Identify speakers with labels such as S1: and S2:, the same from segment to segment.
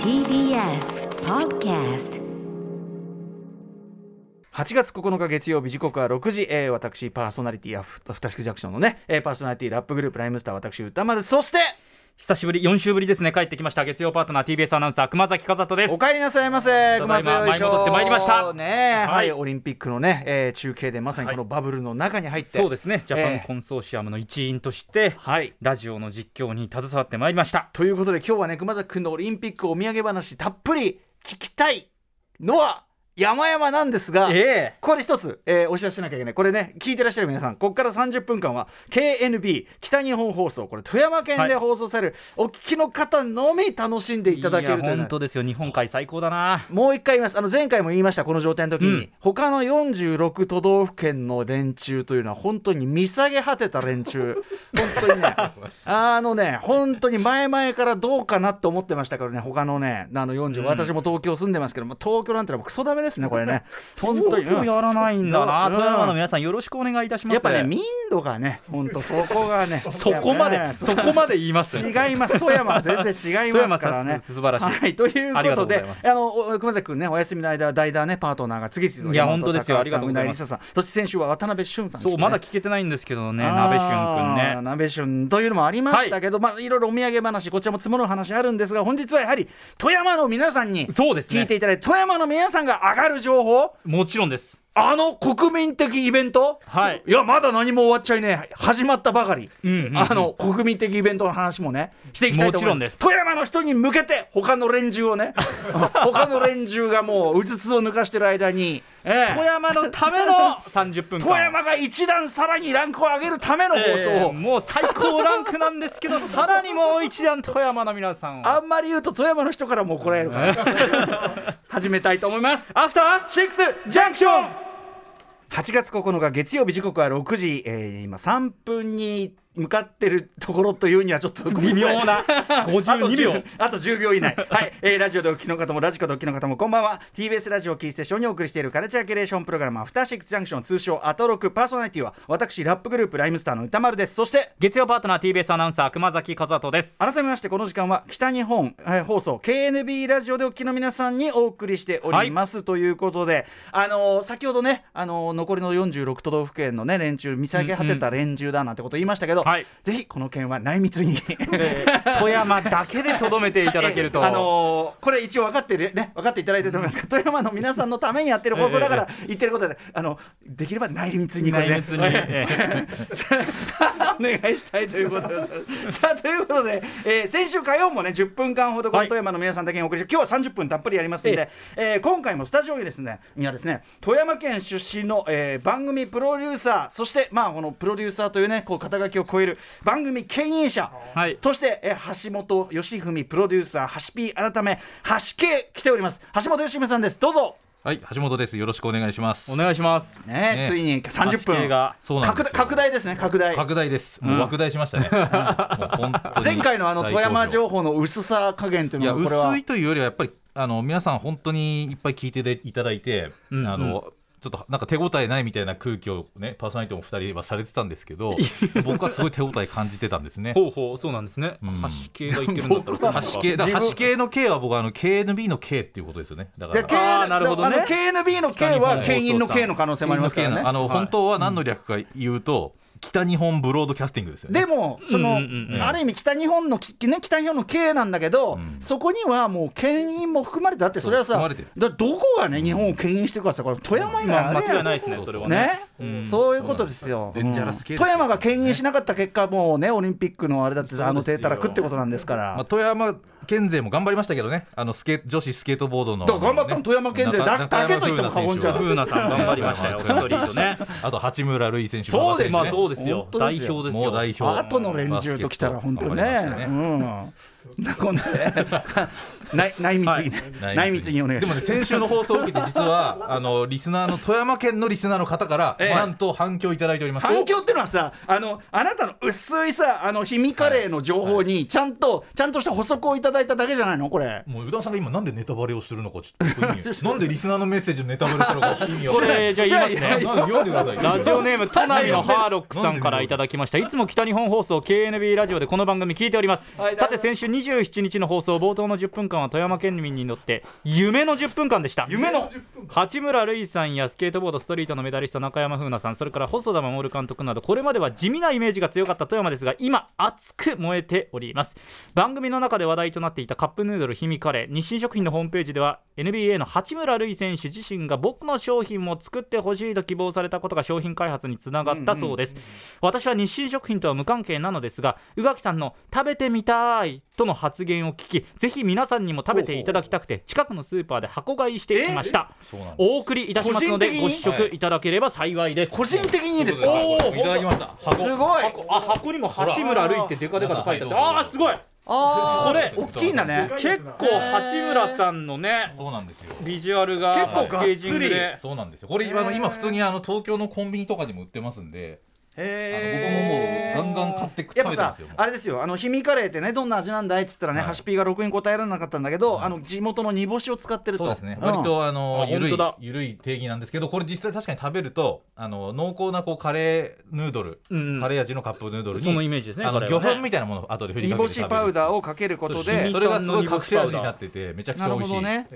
S1: TBS Podcast
S2: 8月9日月曜日時刻は6時、えー、私パーソナリティやふふたしくジャクションのね、えー、パーソナリティラップグループライムスター私歌丸そして
S3: 久しぶり4週ぶりですね帰ってきました月曜パートナー TBS アナウンサー熊崎和人です
S2: お帰りなさいませ
S3: ただいま
S2: 熊瀬よいしょ
S3: 舞い戻ってまいりました
S2: ねえはい、
S3: はい
S2: オリンピックのね、えー、中継でまさにこのバブルの中に入って、
S3: そうですねジャパン
S2: え
S3: コンソーシアムの一員として、
S2: ーはい
S3: ラジオの実況に携わってまいりました
S2: ということで今日はね熊崎君のオリンピックお土産話たっぷり聞きたいのは山々なんですが
S3: ええ
S2: これ一つ、えーお知らせしなきゃいけないこれね聞いてらっしゃる皆さんここから30分間は KNB 北日本放送これ富山県で
S3: はい
S2: 放送される、お聞きの方のみ楽しんでいただけると
S3: い
S2: い
S3: や
S2: うね
S3: 本当ですよ日本海最高だな
S2: もう一回言いますあの前回も言いましたこの状態の時に、
S3: うん
S2: 他の46都道府県の連中というのは本当に見下げ果てた連中 本当にねあのね本当に前々からどうかなって思ってましたからね他のねあの40、
S3: うん
S2: 私も東京住んでますけども東京なんてのはもうクソダメですねこれ ね本当に
S3: 東京やらないんだな、
S2: うん
S3: 富山の皆さんよろしくお願いいたします
S2: やっぱね民度がね本当そこがね
S3: そこまでそこまで言います
S2: 違います富山は全然違いますからね
S3: 富山さす素晴らしい
S2: はい、という
S3: あり
S2: こ
S3: がと
S2: と
S3: うござ
S2: で
S3: います
S2: あのお熊崎君ねお休みの間代打ねパートナーが次々と
S3: いや
S2: 山
S3: 本当です
S2: 高橋さ
S3: よ
S2: ん
S3: ありがとうございます
S2: うなりささんそして先週は渡辺俊さんでした
S3: そうまだ聞けてないんですけどね鍋しゅんくん
S2: あー
S3: ね
S2: 鍋旬というのもありましたけど、まあいろいろお土産話こちらも積もる話あるんですが本日はやはり富山の皆さんに
S3: そうですね
S2: 聞いていただいて、富山の皆さんが上がる情報
S3: もちろんです
S2: あの国民的イベント、
S3: はい
S2: いやまだ何も終わっちゃいねえ始まったばかり、
S3: うんうんうん
S2: あの国民的イベントの話もねしていきたいと思います
S3: もちろんです
S2: 富山の人に向けて他の連中をね 他の連中がもううつつを抜かしてる間に、ええ
S3: 富山のための30分間
S2: 富山が一段さらにランクを上げるための放送
S3: えー
S2: を、
S3: もう最高ランクなんですけ どさらにもう一段富山の皆さんを
S2: あんまり言うと富山の人からも怒られるから 始めたいと思います
S3: アフター
S2: シックスジャンクション8月9日月曜日時刻は6時、えー今3分に向かってるところというにはちょっと
S3: 微妙 な
S2: あと
S3: 52
S2: 10
S3: 秒
S2: あと10秒以内はい、えーラジオでお聞きの方もラジコでお聞きの方もこんばんは TBS ラジオをキーステーションにお送りしているカルチャーキュレーションプログラム「アフターシックスジャンクション」通称「アトロク」パーソナリティは私ラップグループライムスターの歌丸ですそして
S3: 月曜パートナー TBS アナウンサー熊崎和人 です
S2: 改めましてこの時間は北日本、えー放送 KNB ラジオでお聞きの皆さんにお送りしております、ということで、あのー先ほどね、あのー残りの46都道府県の、ね、連中見下げ果てた連中だなんてこと言いましたけど、
S3: はい
S2: ぜひこの件は内密に。
S3: えー富山だけでとどめていただけると
S2: あのーこれ一応分かってるね分かっていただいてると思いますが、富山の皆さんのためにやってる放送だ から言ってることで、あのできれば内密にこれね
S3: 内密にえ
S2: お願いしたいということでございますさあということで、えー先週火曜もね10分間ほどこの
S3: はい
S2: 富山の皆さんだけにお送りして、今日は30分たっぷりやりますんで
S3: え、
S2: えー今回もスタジオにですねにはですね富山県出身の、えー番組プロデューサーそしてまあこのプロデューサーというねこう肩書きを超える番組牽引者、
S3: はい
S2: として、えー橋本義文プロデューサー橋 P 改め橋 K 来ております橋本義文さんですどうぞ、
S4: はい、橋本です。よろしくお願いします。
S3: お願いします
S2: ね
S4: ね
S2: ついに30
S3: 8K
S2: 分
S3: が
S4: そうなんですよ
S2: 拡拡大ですね拡大
S4: 拡大です。もう拡大しました ね。もう本当に
S2: 前回のあの
S4: 大
S2: 富
S4: 好評
S2: 山情報の薄さ加減という
S4: いや
S2: のはこれは
S4: 薄いというよりはやっぱりあの皆さん本当にいっぱい聞いてでいただいて、
S3: ん
S4: あの。ちょっとなんか手応えないみたいな空気をねパーソナリティも2人はされてたんですけど僕はすごい手応え感じてたんですね。
S3: ほうほうそうなんですね
S4: ん
S3: 橋系が言ってるんだったらそうなのか
S4: 橋系だから橋系の K は僕はあの KNB の K っていうことですよね。だか
S2: で
S4: ら
S2: K
S3: あーなるほどね
S2: あの KNB の K は牽引の K の可能性もありますから
S4: あ
S2: ね。
S4: の本当は何の略か言うと、北日本ブロードキャスティングですよね。
S2: でもその、
S3: うんうんうん
S2: ある意味北日本のきね北日本の K なんだけど、そこにはもう牽引も含まれてだってそれはさ
S4: そう含まれてる
S2: だどこがね日本を牽引してるかさこれ富山以外あれや
S3: まあ間違いないですねそれは
S2: ね
S3: ね、
S2: そういうことですよ。
S4: そうなんですデンジャラス系ですよ
S2: 富山が牽引しなかった結果、もうね、オリンピックのあれだって、あの手たらくってことなんですから。
S4: まあ、富山県勢も頑張りましたけどね、あのスケ女子スケートボードの、
S2: だから頑張ったの富山県勢だ
S4: 中
S2: だけと言っても過言じゃない
S4: 中山
S3: 風
S4: 風
S3: なさん頑張りました よストリートね
S4: あと八村塁選手も
S3: そ
S4: 頑張
S3: う
S4: って
S3: です
S4: るし
S3: まあそうです
S2: 本
S3: よ
S2: 当で
S3: 代
S2: すよ
S3: 表です
S4: も
S3: よ
S4: う代表、
S2: 後の連中ときたら本当にね
S4: バスケット頑張りました
S2: うん、なこんなね内内密にね、
S4: はい
S2: 内密にお願いし
S4: でも
S2: ま
S4: ね、
S2: す。
S4: 先週の放送を受けて、実はあのリスナーの富山県のリスナーの方から、
S2: ええ
S4: なんと反響いただいております。
S2: 反響ってのはさあのあなたの薄いさあのひみカレーの情報にちゃんと、ちゃんとした補足をいただいただけじゃないのこれ
S4: おもう宇田さんが今なんでネタバレをするのかちょっと意味なんでリスナーのメッセージのネタバレする のか意味わ
S3: こ
S4: かんない。
S3: れじゃあ言います
S2: じゃあ
S3: ね
S4: なんで読んでください。
S3: ラジオネーム都内のハーロックさんからいただきましたいつも北日本放送 KNB ラジオでこの番組聞いております
S2: はい
S3: さて先週27日の放送冒頭の10分間は富山県民にとって夢の10分間でした
S2: 夢の
S3: 八村塁さんやスケートボードストリートのメダリスト中山風奈さんそれから細田守監督などこれまでは地味なイメージが強かった富山ですが今熱く燃えております番組の中で話題となっていたカップヌードル氷見カレー日清食品のホームページでは NBA の八村塁選手自身が僕の商品も作ってほしいと希望されたことが商品開発につながったそうです、私は日清食品とは無関係なのですが宇垣さんの食べてみたいとの発言を聞きぜひ皆さんにも食べていただきたくて近くのスーパーで箱買いしてきました
S4: そうなんです
S3: お送りいたしますので
S2: 個
S3: ご
S2: 人
S3: 試
S2: 的に
S3: 食いただければ幸いです、
S2: 個人的にです
S3: お
S2: か
S3: ー
S4: いただきました箱
S2: すごい
S3: 箱あ箱にも八村塁ってデカデカと書いてあってああーすごい
S2: あ
S3: これ
S2: ー大きいんだね
S3: 結構八村さんのね
S4: そうなんですよ
S3: ビジュアルが
S2: 結構
S3: パ
S2: が
S3: ッ
S2: っつり
S3: ケージングで
S4: そうなんですよこれ、
S2: へー
S4: あの今普通にあの東京のコンビニとかでも売ってますんで、
S2: へ
S4: あ
S2: ー
S4: の僕ももうガンガン買って食べ
S2: や
S4: て
S2: っぱ
S4: ま
S2: さ
S4: すよ
S2: あれですよあの氷見カレーってねどんな味なんだいっつったらね、
S4: はい
S2: ハシピーがろくに答えられなかったんだけど、
S4: はい
S2: あの地元の煮干しを使ってると
S4: そうですね、
S2: ん
S4: 割とあの
S3: あ
S4: ゆる
S3: 本
S4: い
S3: 当だ
S4: ゆるい定義なんですけどこれ実際確かに食べるとあの濃厚なこうカレーヌードル、
S3: うん
S4: カレー味のカップヌードルに
S3: そのイメージですね
S4: あ
S3: こ
S4: の
S3: れは
S4: 魚
S3: ね
S4: 粉みたいなものを後で振り
S2: 煮
S4: か
S2: 干
S4: けて食べ
S2: し
S4: る
S2: パウダーをかけること
S4: そう
S2: で
S4: それがすごい隠し味になっててめちゃくち
S2: な
S4: ゃ
S2: る
S4: 美
S2: ほ
S4: 味しい、
S2: どね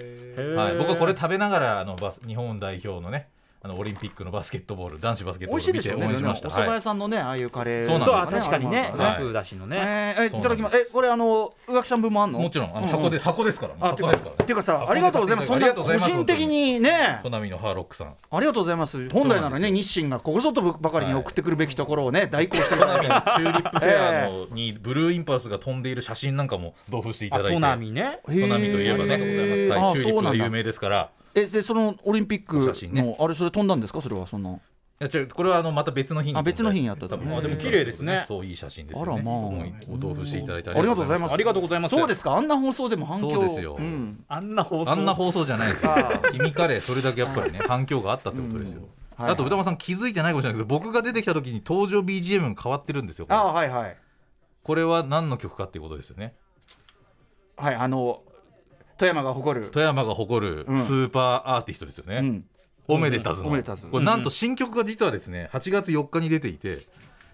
S4: はい、僕はこれ
S3: へー
S4: 食べながらあのバス日本代表のねあのオリンピックのバスケットボール男子バスケット
S2: 美
S4: ボ
S2: 味
S4: ー
S2: しい
S4: ル
S2: で
S4: 見
S2: しょうねでもね
S4: て応援しまし
S2: お
S4: た、
S2: 蕎麦
S4: はい
S2: 屋さんのねああいうカレー
S4: そうなんです
S3: そう
S4: よ
S3: あ確かに
S2: あ
S3: ね
S2: るもん
S3: 和
S4: はい
S3: 風だしのね、
S2: ねえー
S4: そう
S2: い
S4: な
S2: ただ
S4: んで
S2: き
S4: す
S2: ますえこれあの宇垣さん分もあんの
S4: もちろんあの
S2: う
S4: 箱で、箱ですから
S2: あてか
S4: 箱ですから
S2: てかさ
S4: 箱
S2: ありがとうございますそん
S4: あ
S2: な
S4: りがとうござ
S2: 個
S4: います
S2: 人的にね
S4: コナミのハーロックさん
S2: ありがとうございます本来なら
S4: そうな
S2: ね
S4: んで
S2: 日清がここぞとばかりに送ってくるべきところをね代行しても
S4: コ
S2: ら
S4: ナミのチューリップフェア
S2: え
S4: のにブルーインパルスが飛んでいる写真なんかも同封していただいて
S3: あトナミね
S2: へー
S4: コナミといえばね、
S2: ありがとうございます
S4: はい、
S2: あ
S4: チューリ
S2: そう
S4: ップ
S2: な
S4: が
S2: んだ
S4: 有名ですから、
S2: えでそのオリンピック
S4: お写真ね
S2: のあれそれ飛んだんですかそれはそんない
S4: や違うこれはあのまた別の日に
S2: あ別の日にやった
S4: 多
S2: と
S4: 分
S3: へー
S4: あでも
S3: 綺麗ですね
S4: そういい写真ですよね。
S2: あらまあ
S4: 僕もお同封していただいて
S2: ありがとうございます
S3: ありがとうございます
S2: そうですかあんな放送でも反響
S4: そうですよ
S2: ん
S3: あんな放送
S4: あんな放送じゃないですよ
S2: あ。
S4: 君カレーそれだけやっぱ りね反響があったってことですよ。
S2: はい
S4: あと宇多丸さん気づいてないかもしれないけど僕が出てきた時に登場 BGM が変わってるんですよ。これ
S2: ああはいはい
S4: これは何の曲かっていうことですよね。
S2: はいあの富山が誇る
S4: 富山が誇る
S2: ん
S4: スーパーアーティストですよね。
S2: うん
S4: おめでたずの
S2: おめでたず
S4: これなんと新曲が実はですね8月4日に出ていて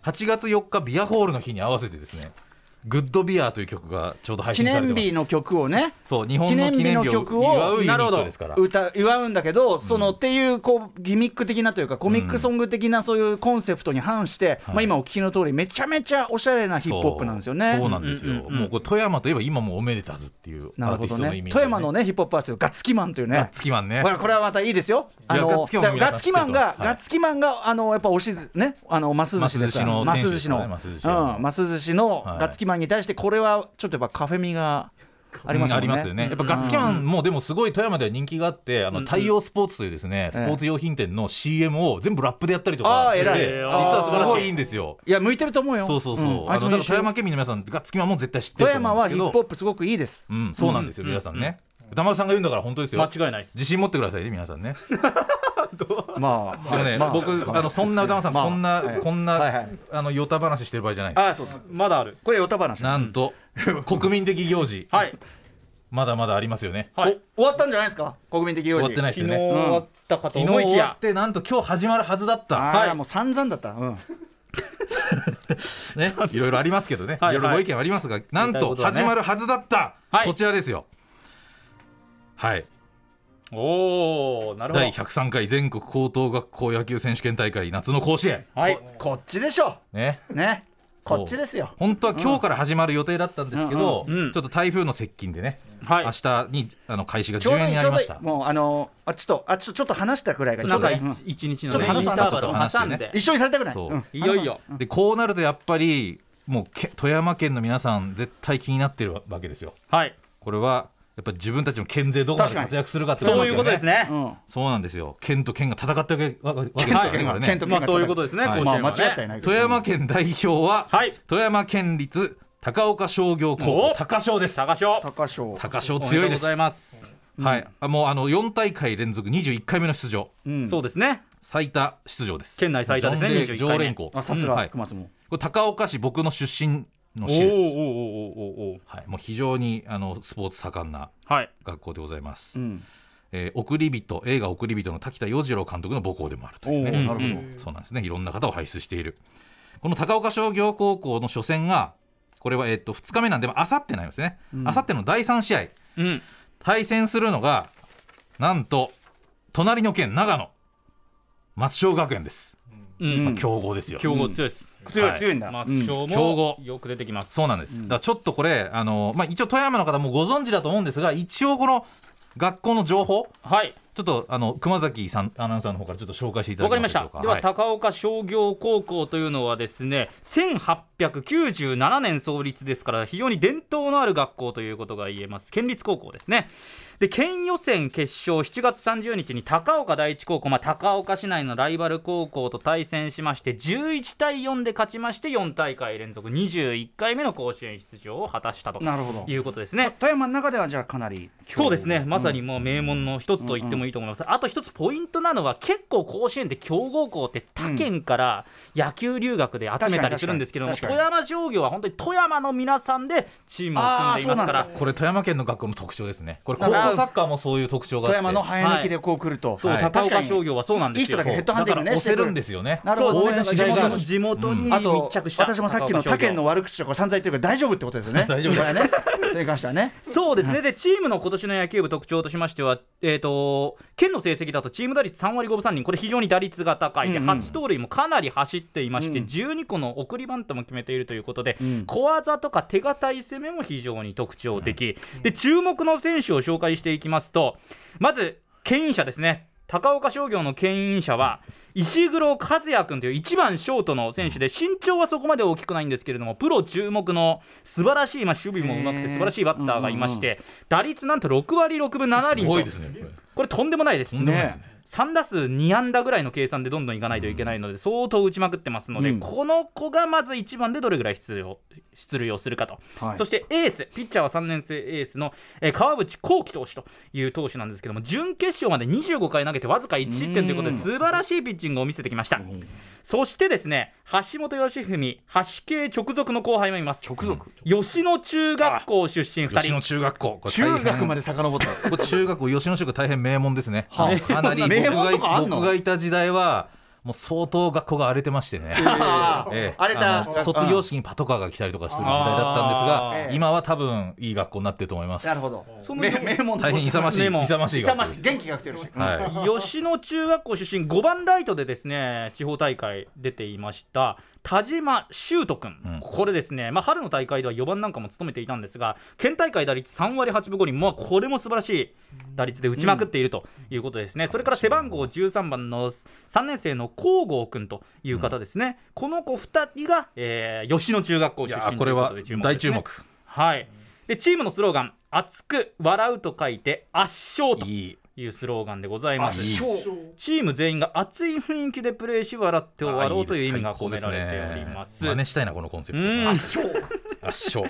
S4: 8月4日ビアホールの日に合わせてですね「グッドビアという曲がちょうど配
S2: 記
S4: 信され
S2: 念
S4: てます
S2: 日の曲をね
S4: そう日本の記
S2: 記念
S4: 念
S2: 日
S4: 日
S2: の
S4: を
S2: 曲を
S4: 祝うユニ
S3: なるほ
S4: ッ
S3: ど
S4: トですから
S2: 歌祝うんだけどそのっていうこうギミック的なというかコミックソング的なそういうコンセプトに反してまあ
S4: はい
S2: 今お聞きの通りめちゃめちゃおしゃれなヒップホップなんですよね
S4: そうそうなんですよ、
S3: うんうんうんうん
S4: もうこれ富山といえば今もうおめでたずっていうア
S2: なる
S4: ー
S2: ほ
S4: ティ
S2: ど
S4: ストの意
S2: ね
S4: 味、
S2: 富山のねヒップホップアーティストガッツキマンというね
S4: 月マン ね
S2: ほらこれはまたいいですよ。あの
S4: ガッツキマンも
S2: ガッツキマン
S4: 皆さん知
S2: が
S4: ってますはい
S2: ガッツキマンがあのやっぱおしずねあのマス寿司ですから。
S4: マ
S2: マ
S4: ス
S2: ス
S4: 寿
S2: 寿
S4: 司
S2: 司
S4: の
S2: の
S4: 店主です
S2: う
S4: からね
S2: んマス寿司の
S4: はい
S2: ガッツキマンに対してこれはちょっとやっぱカフェ味がありますも
S4: うんあ
S2: ん
S4: りますよね。やっぱガッツキャンもでもすごい富山では人気があって、あの太陽スポーツというですね、スポーツ用品店の CM を全部ラップでやったりとか
S2: あー
S4: してて、
S2: 偉い
S4: 実は素晴らしいんですよ。
S2: いや向いてると思うよ。
S4: そうそうそう。
S2: んあ
S4: あ
S2: いつ
S4: の
S2: も優
S4: だから
S2: 秀
S4: 富山県民の皆さんが月マンも絶対知ってる
S2: 富
S4: と思
S2: 山
S4: うんで
S2: は
S4: す
S2: ヒ
S4: け
S2: ッ
S4: ど。
S2: プホップすごくいいです。
S4: うん、そうなんですよ、皆さんね。歌丸さんが言うんだから本当ですよ。
S3: 間違いないです
S4: 自信持ってくださいね、皆さんね。
S2: ま
S4: でも
S2: あ
S4: ね、
S2: まあ
S4: 僕、あの、そんな歌丸さん、
S2: まあ
S4: こんな
S2: はい、
S4: こん
S2: はいは、
S4: ないあの、ヨタ話してる場合じゃないで
S2: あ
S4: す。
S2: そうです
S3: まだある
S2: これヨタ話。
S4: なんと、国民的行事、
S3: はい
S4: まだまだありますよね。
S3: はい
S2: お終わったんじゃないですか国民的行事。
S4: 終わってないです
S3: 昨
S4: よ
S3: 日
S4: ね。
S3: 終わったかと
S4: 昨日
S3: 思いき
S4: 終わ
S3: や
S4: って、なんと今日始まるはずだった。
S2: あ
S3: は
S2: あ
S3: い
S2: もう散々だった。うん。
S4: ね、いろいろありますけどね、
S3: はい
S4: いろいろご意見はありますが、な
S3: 言い
S4: ん
S3: たい
S4: と
S3: ことはね
S4: 始まるはずだった、
S3: はい
S4: こちらですよ。はい、
S3: おおなるほど
S4: 第103回全国高等学校野球選手権大会夏の甲子園、
S3: はい
S2: こっちでしょ。
S4: ね、
S2: ね。
S4: そう
S2: こっちですよ。
S4: 本当は今日から始まる予定だったんですけど、
S3: うんうんうん
S4: ちょっと台風の接近でね、
S3: はい
S4: 明日にあの開始が
S2: ちょう
S4: 10
S2: ど
S4: 円
S2: いい
S4: にな
S2: ちょ
S4: り
S2: うど
S4: ま
S2: い
S4: し
S2: い
S4: た。
S2: もうあのあちょっとあちょちょっと話したくらいがちょ
S3: な
S2: うんど
S3: か
S2: いい
S3: 一
S2: うん
S3: 一日
S2: ちょ
S3: のね
S2: っと話
S3: イン
S2: そ
S3: タ
S2: う
S3: ーバルを
S4: 話そう
S3: 挟んで
S2: 一緒にされたくない。
S4: そう
S2: うん
S3: いよいよ
S4: でこうなるとやっぱりもうけ富山県の皆さん絶対気になってるわけですよ。
S3: はい
S4: これはやっぱり自分たちの県勢どこまで
S2: 確かに
S4: 活躍するかって
S3: そう
S4: なん
S3: い
S4: よ
S3: うことですね
S2: うん。
S4: そうなんですよ。県と県が戦ったわけわわけです
S2: 県
S4: よ
S2: と
S4: だ
S2: 県
S4: か
S2: が
S4: ら
S2: 県と
S4: ね。
S3: まあそういうことですね
S4: はい
S3: 甲子園
S2: ま
S3: は
S2: あ
S3: ね
S2: 間違ってはいないけど。
S4: 富山県代表は、
S3: はい
S4: 富山県立高岡商業高
S3: お
S4: 校高商です。
S3: 高翔
S2: 高翔。
S4: 高商強いで
S3: お
S4: す。
S3: めでとうございます
S4: はい。あもうあの四大会連続二十一回目の出場、
S2: うん
S3: そうですね
S4: 最多出場です。
S3: 県内最多ですね
S4: ジョ
S3: 21回目
S4: ン常連校。
S2: あさす
S4: うんは
S2: が
S4: い
S2: 熊須も。
S4: これ高岡市僕の出身の
S3: おーお
S4: 市で
S3: ー
S4: す。
S3: おーおーおーおー
S4: はい。もう非常にあのスポーツ盛んな
S3: はい
S4: 学校でございます。
S2: うん。
S4: えー、送り人映画送り人の滝田洋次郎監督の母校でもあるというね。
S2: おーなるほど
S4: そうなんですねいろんな方を輩出しているこの高岡商業高校の初戦がこれは、えっと、2日目なんで、まあさってになりますね。あさっての第3試合、
S3: うん
S4: 対戦するのが、なんと、隣の県、長野、松商学園です。
S3: う
S2: うんん
S4: 強豪ですよ。
S3: 強豪強いです
S2: 強
S4: はい
S2: い強いんだ、
S3: 松
S2: うん
S3: 商
S4: 強豪
S3: もよく出てきます
S4: そうなんです、だからちょっとこれ、あのまあ、一応、富山の方もご存知だと思うんですが、一応、この学校の情報、
S3: はい
S4: ちょっとあの熊崎さんアナウンサーの方からちょっと紹介していただ
S3: わか
S4: け
S3: りま
S4: ま
S3: し
S4: すで
S3: た
S4: しょうか。
S3: では、
S4: い
S3: 高岡商業高校というのはですね1897年創立ですから非常に伝統のある学校ということが言えます県立高校ですねで県予選決勝7月30日に高岡第一高校、まあ、高岡市内のライバル高校と対戦しまして11対4で勝ちまして4大会連続21回目の甲子園出場を果たしたと
S2: なるほど
S3: いうことですね
S2: 富山の中ではじゃあかなり強豪
S3: そうですね、まさにもう名門の一つと言ってもいいと思います、あと一つポイントなのは、結構甲子園って強豪校って他県から野球留学で集めたりするんですけども、
S2: 確かに
S3: 富
S2: 確か
S3: 山商業は本当に富山の皆さんでチームを組んでいますか
S2: あーそうなん
S3: ら
S2: で。
S4: これ富山県の学校の特徴ですね。これ高校
S2: なるほど
S4: サッカーもそういう特徴があ
S2: 富
S4: って、
S2: 山の生え抜きでこう来ると、
S3: そう
S4: はい
S3: 高
S2: 確か
S3: 岡
S2: に
S3: 商業はそうなんですよ
S2: いい人だけヘッドハンティングね
S4: 押せ
S2: し
S4: るん
S2: てく
S4: ですよね。
S2: なるほど
S3: そう
S4: 応
S3: で
S4: 援の
S3: す
S4: し
S3: ね
S4: がいがあ
S3: 地
S4: る
S3: 元地元に
S2: あ
S3: 密
S2: と
S3: 着した
S2: 私もさっきの他県の悪口とか散々言ってるけど大丈夫ってことですよね
S4: 大丈夫です
S2: これねそれに関してはね
S3: そうですね、でチームの今年の野球部特徴としましては、えー、と県の成績だとチーム打率3割5分3厘、これ非常に打率が高いで、
S2: うんうん
S3: 8盗塁もかなり走っていまして、
S2: うん
S3: 12個の送りバントも決めているということで、
S2: うん
S3: 小技とか手堅い攻めも非常に特徴的、で注目の選手を紹介していきますと、まず、牽引者ですね。高岡商業の牽引者は石黒和也君という1番ショートの選手で身長はそこまで大きくないんですけれどもプロ注目の素晴らしい、まあ、守備もうまくて素晴らしいバッターがいまして打率なんと6割6分7
S4: す
S3: 厘
S4: ごい
S3: と
S4: ですね。これ
S3: これとんでもないです。
S2: ね
S3: 3打数2安打ぐらいの計算でどんどんいかないといけないので、相当打ちまくってますので、
S2: うん
S3: この子がまず1番でどれぐらい出場出塁をするかと、
S2: はい
S3: そしてエースピッチャーは3年生エースの、えー川淵幸輝投手という投手なんですけども準決勝まで25回投げてわずか1失点ということで
S2: うん
S3: 素晴らしいピッチングを見せてきました、そしてですね橋本良文橋系直属の後輩もいます
S2: 直属
S3: 吉野中学校出身2
S4: 吉
S3: 人
S4: 野中学校。これ大変
S2: 中学まで遡った
S4: これ中学校吉野中学大変名門ですね。
S3: はい
S4: かなり僕
S2: 名門
S4: が
S2: とかあんの
S4: 僕がいた時代は。もう相当学校が荒れてましてね、 ええ
S2: 荒れた
S4: あの卒業式にパトカーが来たりとかする時代だったんです
S3: あ
S4: が、
S2: ー
S4: 今は多分いい学校になってると思います。
S2: なるほど
S3: その
S2: 名名門
S4: 大変勇ましい、
S3: 名門
S4: 勇ましい学校です。
S2: 元気が来てるし、
S4: はい。
S3: 吉野中学校出身5番ライトでですね地方大会出ていました田島修斗君、
S4: うん
S3: これですね、まあ、春の大会では4番なんかも務めていたんですが県大会打率3割8分5厘、まあ、これも素晴らしい打率で打ちまくっているということですね、それから背番号13番の3年生の皇郷君という方ですね、この子2人が、えー吉野中学校
S4: い
S3: 出
S4: や
S3: 身
S4: ーこと
S3: い
S4: れ
S3: うこと
S4: は
S3: で注目ですね
S4: 大注目。
S3: はいでチームのスローガン「熱く笑う」と書いて「圧勝」と
S4: いい。
S3: いうスローガンでございます。
S4: 圧
S2: 勝
S3: チーム全員が熱い雰囲気でプレーし笑って終わろうという意味が
S4: あいい
S3: 込
S4: で
S3: め
S4: す
S3: られております。
S4: ね、真似したいなこのコンセプ
S3: う
S4: ト。
S3: ん
S4: 圧勝。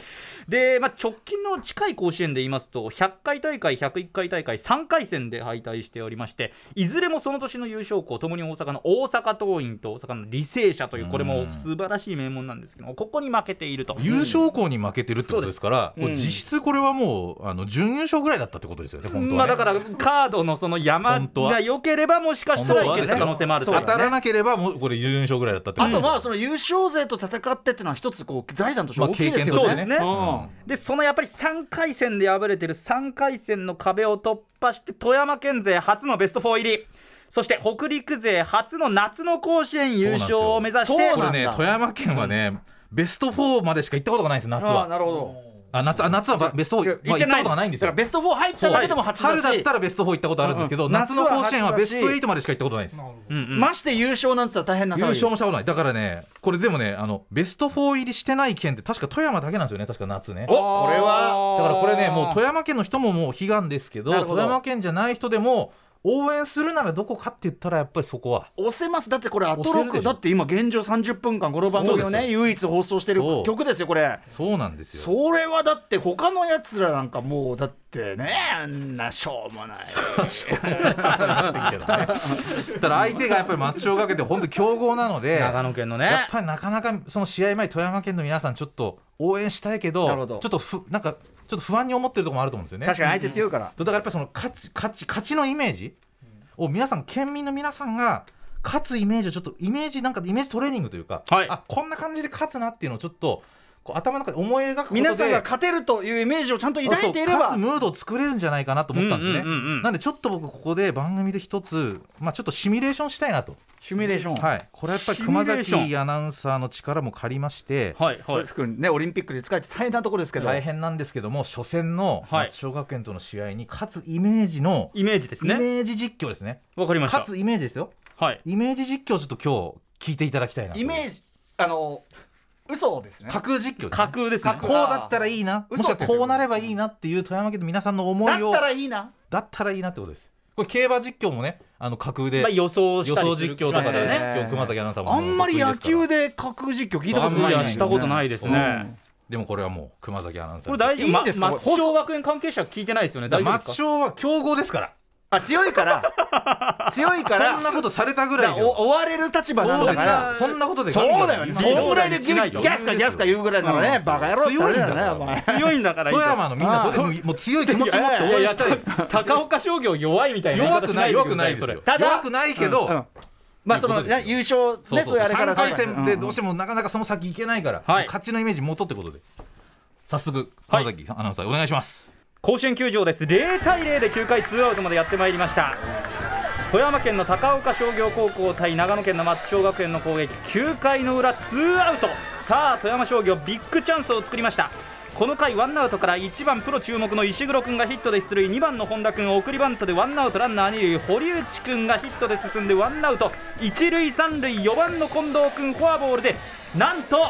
S3: で、まあ、直近の近い甲子園で言いますと100回大会101回大会3回戦で敗退しておりましていずれもその年の優勝校ともに大阪の大阪桐蔭と大阪の履正社というこれも素晴らしい名門なんですけどもここに負けていると。
S4: 優勝校に負けてるってことですから、
S2: そうです
S4: これ実質これはもうあの準優勝ぐらいだったってことですよね。本当
S3: ま
S4: は
S3: あ、
S4: ね、
S3: だからカードのその山
S4: 本当は
S3: が良ければ もしかしたらいけた可能性もあると
S2: そう
S4: 当たらなければもうこれ準優勝ぐらいだったってこ
S2: あ
S4: と。
S2: とまあその優勝勢と戦ってっていうのは一つこう財産として
S4: まあ
S2: 大きいですよね。
S4: 経験としてね
S2: そう
S3: う
S2: うん
S3: でそのやっぱり3回戦で敗れてる3回戦の壁を突破して富山県勢初のベスト4入りそして北陸勢初の夏の甲子園優勝を目指して
S2: そう
S4: こ
S2: な
S4: れ
S2: んだ
S4: ね富山県はね、ベスト4までしか行ったことがないんです夏
S2: ああ
S4: は。
S2: なるほど。
S4: あ夏あ夏はベスト4、
S2: 違う
S4: まあ、行ったことがないんです
S2: だから。
S4: よ
S2: ベスト4入っただけでも初だ
S4: 春
S2: し、
S4: だったらベスト4行ったことあるんですけど、
S2: うんうん
S4: 夏の甲子園はベス
S2: 夏は初だ
S4: ト
S2: し
S4: 8までしか行ったことないです。
S3: うんうん
S2: まして優勝なんて言ったら大変な騒ぎ
S4: 優勝もしたことないだからねこれでもねあのベスト4入りしてない県って確か富山だけなんですよね確か夏ねだか
S2: おこれは
S4: らこれねもう富山県の人ももう悲願ですけど
S2: なるほ
S4: 富
S2: ど
S4: 山県じゃない人でも応援するならどこかって言ったらやっぱりそこは
S2: 押せますだってこれアトロ
S4: 押せるで
S2: ク
S4: しょ
S2: だって今現状30分間この番組を
S4: そうです
S2: ね
S4: よ
S2: 唯一放送してる
S4: そう
S2: 曲ですよこれ
S4: そうなんですよ
S2: それはだって他のやつらなんかもうだってねあんなしょう もない
S4: けどねただ相手がやっぱり松商学園って本当に強豪なので
S3: 長野県の
S4: やっ
S3: ね
S4: ぱりなかなかその試合前富山県の皆さんちょっと応援したいけど
S2: なるほど
S4: ちょっとふなんかちょっと不安に思ってるところもあると思うんですよね
S2: 確かに相手強いから
S4: だからやっぱりその勝ち勝ち勝ちのイメージを皆さん県民の皆さんが勝つイメージをちょっとイメージなんかイメージトレーニングというか、
S3: はい
S4: あこんな感じで勝つなっていうのをちょっとこう頭の中で思い描くことで
S2: 皆さんが勝てるというイメージをちゃんと抱いていれ
S4: そう
S2: ば
S4: かつムードを作れるんじゃないかなと思ったんですね、
S3: うんうんうんうん
S4: なんでちょっと僕ここで番組で一つ、まあ、ちょっとシミュレーションしたいなと、
S2: シミュレーション、
S4: はい、これはやっぱり
S3: シミュ
S4: 熊
S3: レーション
S4: 崎アナウンサーの力も借りまして、
S3: はい
S2: こ
S3: はい
S2: れ君ねオリンピックで使えて大変なところですけど、
S4: 大変なんですけども初戦の
S3: はい
S4: 松商学園との試合に勝つイメージの、
S3: イメージです
S4: イ
S3: ね
S4: メージ実況ですね
S3: わかりました
S4: 勝つイメージですよ
S3: はい
S4: イメージ実況をちょっと今日聞いていただきたいなと
S2: イメージあの嘘ですね
S4: 架空実況ですね
S3: 架空ですね
S2: 架
S4: こう
S2: 空
S4: だったらいいなもしくはこうなればいいなっていう富山県の皆さんの思
S2: だっ
S4: いを
S2: たらいいな
S4: だったらいいなってことですこれ競馬実況もねあの架空で、
S3: まあ、予想
S4: 予
S3: したり
S4: 想
S3: する
S4: 実況とか
S3: します
S4: で
S3: よ
S4: ね
S2: えー
S4: 今日熊崎アナウンサーも
S2: あんまり野球
S4: で
S2: で架空実況聞いたことない
S3: あん
S2: ん
S3: ま
S2: で
S3: り
S2: す
S3: したことないですね
S4: でもこれはもう熊崎アナウンサー
S3: これ大丈夫
S2: いいんですか
S3: ま
S2: これ
S3: 松商学園関係者聞いてないですよね
S4: だ
S3: 大
S4: か
S3: 丈
S4: ら
S3: 夫です
S4: 松
S3: か
S4: 商は強豪ですから
S2: あ強いから強いから
S4: そんなことされたぐ
S2: だ
S4: らい
S2: か
S4: で
S2: らお追われる立場なん
S4: そう
S2: だ
S4: で
S2: か
S4: す
S2: ら
S4: よそんなことで
S2: そうだよね。
S4: ガン
S2: そ
S4: ガン
S2: んぐらいで
S3: リ
S2: ギ
S3: ーダーにしないと
S2: ャスかギャスか言うぐらいならね、
S4: うん
S2: バカ野郎って
S4: 強いん
S2: 話だよ
S4: だよ
S2: ねお前。
S3: 強いんだからいい
S4: 富
S3: よ
S4: 山のみんなそれもう強い気持ち持って応援したい
S3: 高岡商業弱いみたいな言い
S4: 弱
S3: 方
S4: く
S3: し
S4: ない
S3: で
S4: 弱
S3: くだ
S4: くな
S3: さ
S4: いです
S3: それ
S4: よ弱くないけど、
S2: うんまあその
S4: ということです
S2: 優勝
S4: そう
S2: ね
S4: そ
S2: そ
S4: う
S2: う
S4: そ
S2: や
S4: う
S2: るから
S4: 3回戦でどうしててもなかなかその先行けないから、
S3: はい
S4: もう勝ちのイメージ元ってことで早速熊崎アナウンサーお願いします、
S3: 甲子園球場です0対0で9回ツーアウトまでやってまいりました富山県の高岡商業高校対長野県の松商学園の攻撃9回の裏ツーアウトさあ富山商業ビッグチャンスを作りましたこの回ワンアウトから1番プロ注目の石黒君がヒットで出塁2番の本田君送りバントでワンアウトランナー二塁堀内君がヒットで進んでワンアウト一塁三塁4番の近藤君フォアボールでなんと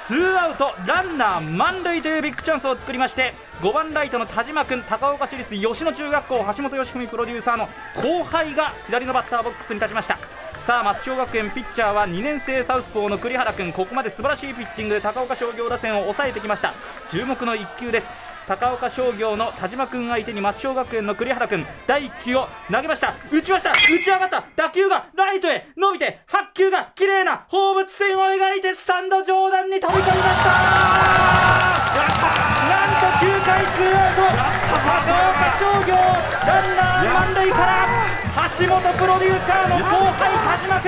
S3: ツーアウトランナー満塁というビッグチャンスを作りまして5番ライトの田島君高岡市立吉野中学校橋本良文プロデューサーの後輩が左のバッターボックスに立ちましたさあ松商学園ピッチャーは2年生サウスポーの栗原君ここまで素晴らしいピッチングで高岡商業打線を抑えてきました注目の1球です高岡商業の田島君相手に松商学園の栗原君第1球を投げました打ちました打ち上がった打球がライトへ伸びて発球が綺麗な放物線を描いてスタンド上段に飛び込みましたなんと9回ツーアウト高岡商業ランナー満塁から橋本プロデューサーの後輩田島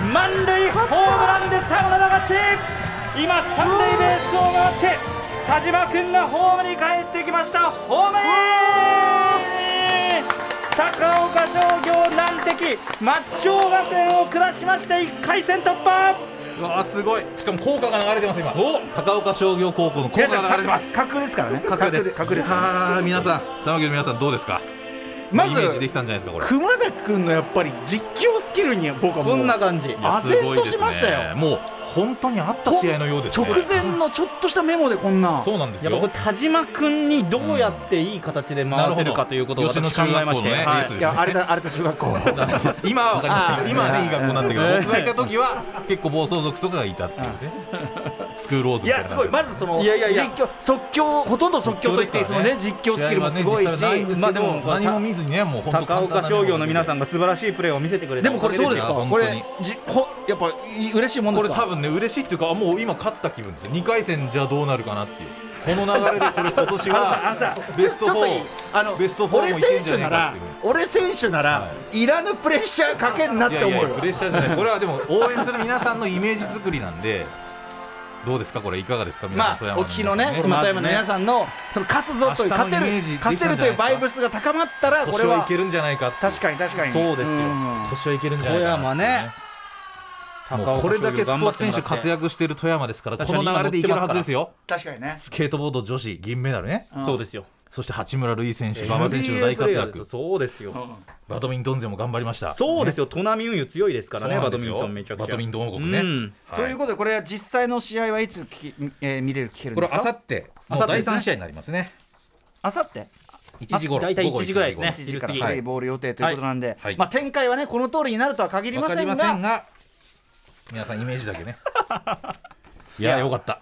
S3: 君満塁ホームランでサヨナラ勝ち今三塁ベースを回って田島君がホームに帰ってきましたホームイン高岡商業難敵松商学園を下しまして1回戦突破
S4: うわあすごいしかも効果が流れてます今
S3: お
S4: 高岡商業高校の効
S2: 皆
S4: 果
S2: さん
S4: が流れてます
S2: 架空ですからね。架
S3: 空です
S2: 架空ですからね。
S4: さあ皆さん玉木の皆さんどうですか
S2: まず
S4: イメージできたんじゃないですかこれ
S2: 熊崎君のやっぱり実況スキルに僕はもう
S3: こんな感じ
S4: いや
S2: あぜんと
S4: すごいですね
S2: しましたよ
S4: もう本当にあった試合のようですね
S2: 直前のちょっとしたメモでこんな。
S4: そうなんです
S3: やっぱ
S4: よ
S3: これ田島君にどうやっていい形で回せるかということを私
S4: なる
S3: 考
S4: ほど
S3: えまして、
S4: 吉野中学校のね
S3: は
S4: エース
S3: い
S2: いやあれだあれだ中学校。
S4: 今はわかりません
S2: あー
S4: けど今はねいい学校なんだけど
S3: うん
S4: 僕がいた時は結構暴走族とかがいたっていうねスクールオー ズ
S2: い
S4: みた
S2: や
S4: いな
S2: すごいまずその
S3: いやいやいや
S2: 実況即興ほとんど即興と言っていいそのね実況スキルもすごいし。
S3: ま
S4: まあ
S3: あで
S4: でも
S3: も
S4: 何も見ずにねもう本当
S3: 高岡商業の皆さ
S4: ん
S3: んが素晴らしいプレーを見せてくれた
S2: でもこれどうですか
S4: いや本
S2: こ
S4: 当に
S2: れじほやっぱい嬉しいもんで
S4: こ
S2: す
S4: れ
S2: か
S4: 多分ね嬉しいっていうかあもう今勝った気分ですよ2回戦じゃあどうなるかなっていうこの流れでこれ今年
S2: あのさあのさ
S4: は
S2: ち
S4: ベ
S2: ょ
S4: ス
S2: ち
S4: ト
S2: ょっといい
S4: 4
S2: あの
S4: ベスト4
S2: 俺
S4: もいけ
S2: 選
S4: んじゃ
S2: 手
S4: ねえ
S2: な
S4: から
S2: 俺選手なら、い、らぬプレッシャーかけんなっ
S4: い
S2: て
S4: や
S2: 思
S4: いう
S2: よ
S4: やプレッシャーじゃないこれはでも応援する皆さんのイメージ作りなんでどうですかこれいかがですか皆さん
S2: まあ、
S4: 富
S2: 沖の
S4: 山皆さん
S2: ね、今富山の皆さんの、その勝つぞという、
S4: 明日の
S2: 勝てる
S4: イメージ、
S2: 勝てるというバイブスが高まったら、こ
S4: 年
S2: れ
S4: はい
S2: は。
S4: けるんじゃないかっていう
S2: 確かに、確かに。
S3: そうですよ
S2: ん
S4: 年はいけるんじゃないかなっていう
S3: 富山ね
S4: もうこれだけスポーツ選手活躍している富山ですからこ
S3: 確か
S4: の
S3: に
S4: 流れでいけるはずですよ
S2: 確かにね。
S4: スケートボード女子銀メダルね
S2: ん
S3: そうですよ
S4: そして八村塁選手馬場選手の大活躍
S3: そうですよ、
S4: バドミントン勢も頑張りました
S3: そうですよ、トナミ運輸強いですからね
S4: そうな
S3: バ
S4: ん
S3: ド
S4: です
S3: ミン
S4: よ
S3: トンめちゃくちゃ
S4: バドミントン王国ね
S3: うん
S4: はい
S2: ということで、これは実際の試合はいつ聞き、えー見れる、聞けるん
S4: こ
S2: で
S4: れ
S2: す
S4: あさ
S2: か。
S4: ってもう第三試合になりますね
S2: あさって。
S4: 1時頃
S3: 大体
S4: 午後
S3: 1時ぐらいですね
S4: 1
S2: 1時か
S3: 昼過
S2: らプ
S3: ぎ
S2: レイボール予定ということなんで、
S4: はい
S2: まあ、展開はね、この通りになるとは限り
S4: わ
S2: ま
S4: か
S2: せ
S4: り
S2: ん
S4: ま
S2: が。
S4: せんが皆さんイメージだけねいやよかった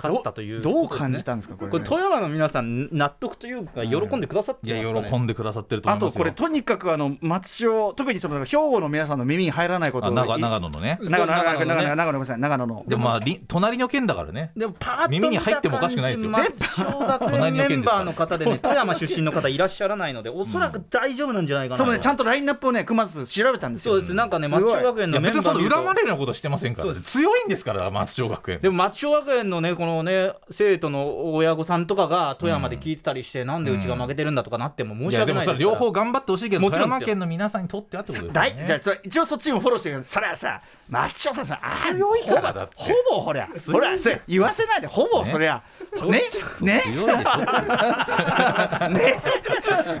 S5: 勝ったという
S2: どう
S5: ことですね
S2: 感じたんですかこれ,、
S5: これ富山の皆さん納得というか喜んでくださっ
S4: い
S5: てるんですか
S4: や
S5: ね
S4: 喜んでくださってると思
S2: あ
S4: いますよ
S2: とこれとにかくあの松尾特にその兵庫の皆さんの耳に入らないこと
S4: あ
S2: を
S4: 長
S2: い
S4: 長野のね
S2: 長野長野長野
S5: そう長野ね
S2: 長野長野ごめんなさい長野の
S4: でもまあり隣の県だからね
S5: でもパーッと見た
S4: 耳に入ってもおかしくないですよ
S5: 感じ松小学園メンバーの方でね富山出身の方いらっしゃらない のでおそらく大丈夫なんじゃないかな
S2: そ
S5: と
S2: のねちゃんとラインナップをね熊津調べたんですよ
S5: そうですなんかね
S2: すごい
S5: 松小学園
S4: い
S5: の
S4: や
S5: メン
S4: 別
S5: バ
S4: にその
S5: ー見る
S4: 恨ま
S5: と
S4: れるようなことはしてませんか
S5: そう
S4: ら
S5: です
S4: 強いんですから松商学園
S5: でも松小学園のねこのね生徒の親御さんとかが富山で聞いてたりして、なんでうちが負けてるんだとかなっても申
S4: い
S5: し
S4: やで
S5: 訳
S4: も
S5: ない
S4: そ
S5: で
S4: れ
S5: すから
S4: 両方頑張ってほしいけど
S5: もち
S4: 富
S5: ろんです
S4: 山
S5: よ
S4: 県の皆さんにとってはってことですよ
S2: 大
S4: ね
S2: じゃあそれ一応そっちもフォローしてるそれはさ松尾さんさあ
S4: 強いからだって
S2: ほぼほりゃほらそれ言わせないでほぼそりゃねね
S4: 強いでしょ
S2: ね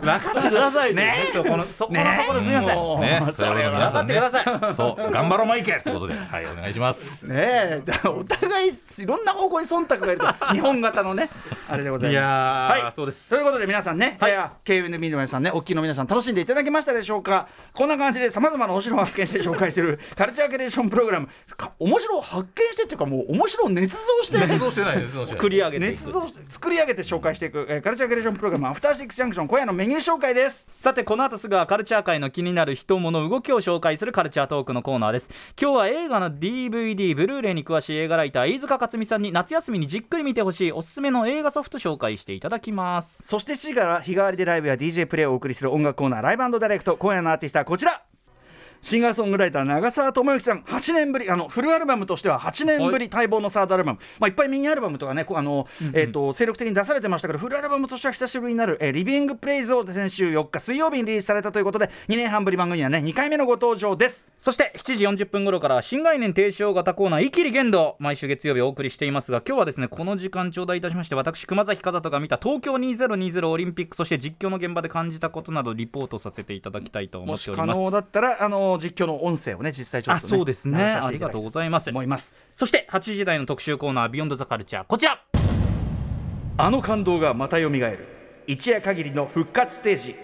S5: 分かってくださいね
S2: ね
S5: そうこのそこのところすみません、
S2: ね
S4: ね
S2: もうそれは
S4: 皆
S5: 分か
S4: さん
S5: って
S4: ね
S5: ください、
S4: そう頑張ろうマイケってことではいお願いします
S2: ねえだからお互いいろんな方向に忖度がいると日本型のねあれでございます
S5: いやー
S2: はい、
S5: そうです
S2: ということで皆さんね、いや KNB の皆さんねおっきいの皆さん楽しんでいただけましたでしょうかこんな感じでさまざまなお城を発見して紹介しているカルチャーキュレーションプログラムか面白を発見してっていうかもう面白を捏造して
S4: 動してないです
S5: 繰り上げていく
S2: 捏造して作り上げて紹介していく、えーカルチャーキュレーションプログラム「アフターシックスジャンクション」今夜のメニュー紹介です
S5: さてこの後すぐはカルチャー界の気になる人物動きを紹介するカルチャートークのコーナーです今日は映画の DVD ブルーレイに詳しい映画ライター飯塚克美さんに夏休みにじっくり見てほしいおすすめの映画ソフト紹介していただきます
S2: そして7時からは日替わりでライブや DJ プレイをお送りする音楽コーナーライブダイレクト今夜のアーティストはこちらシンガーソングライター長澤智之さん8年ぶりあのフルアルバムとしては8年ぶり待望のサードアルバム、まあ、いっぱいミニアルバムとかねこうあの、えー、と精力的に出されてましたけどフルアルバムとしては久しぶりになる「えーリビング・プレイズ」を先週4日水曜日にリリースされたということで2年半ぶり番組にはね2回目のご登場です
S5: そして7時40分頃からは新概念提唱型コーナー「イキリ言動」毎週月曜日お送りしていますが今日はですねこの時間頂戴いたしまして私熊崎和人が見た東京2020オリンピックそして実況の現場で感じたことなどリポートさせていただきたいと思
S2: も
S5: って
S2: し
S5: おり
S2: 可
S5: ます
S2: 能だったらあの実況の音声をね実際ちょっ
S5: あ
S2: と、ね、
S5: そうですね
S2: 流させ
S5: あ
S2: て
S5: り
S2: いた
S5: が
S2: だきた
S5: とう
S2: い
S5: ございます
S2: と思います
S5: そして8時台の特集コーナー「ビヨンドザカルチャーこちら
S2: あの感動がまた蘇る一夜限りの復活ステージ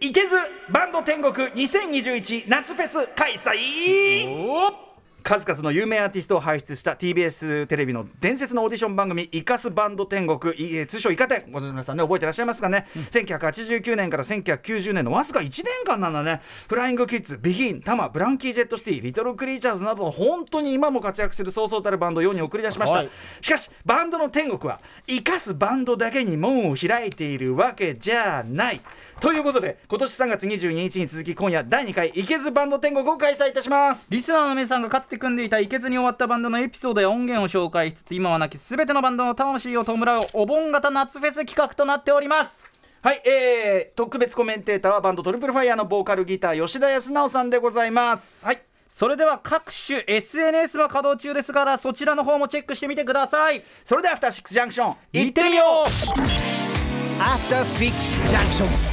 S2: いけずバンド天国2021夏フェス開催数々の有名アーティストを輩出した TBS テレビの伝説のオーディション番組「イカスバンド天国」いえー通称「イカ天」ご存知の皆さんね覚えてらっしゃいますかね、1989年から1990年のわずか1年間なんだねフライングキッズビギンタマブランキー・ジェット・シティリトル・クリーチャーズなど本当に今も活躍するそうそうたるバンドを世に送り出しました、
S5: はい
S2: しかしバンドの天国は生かすバンドだけに門を開いているわけじゃないということで今年3月22日に続き今夜第2回イケズバンド天国を開催いたします
S5: リスナーの皆さんがかつて組んでいたいけずに終わったバンドのエピソードや音源を紹介しつつ今はなき全てのバンドの魂を弔うお盆型夏フェス企画となっております
S2: はいえー、特別コメンテーターはバンドトリプルファイヤーのボーカルギター吉田康直さんでございますはい
S5: それでは各種 SNS も稼働中ですからそちらの方もチェックしてみてください
S2: それではアフターシックスジャンクションい
S5: 行ってみよう
S6: After Six Junction.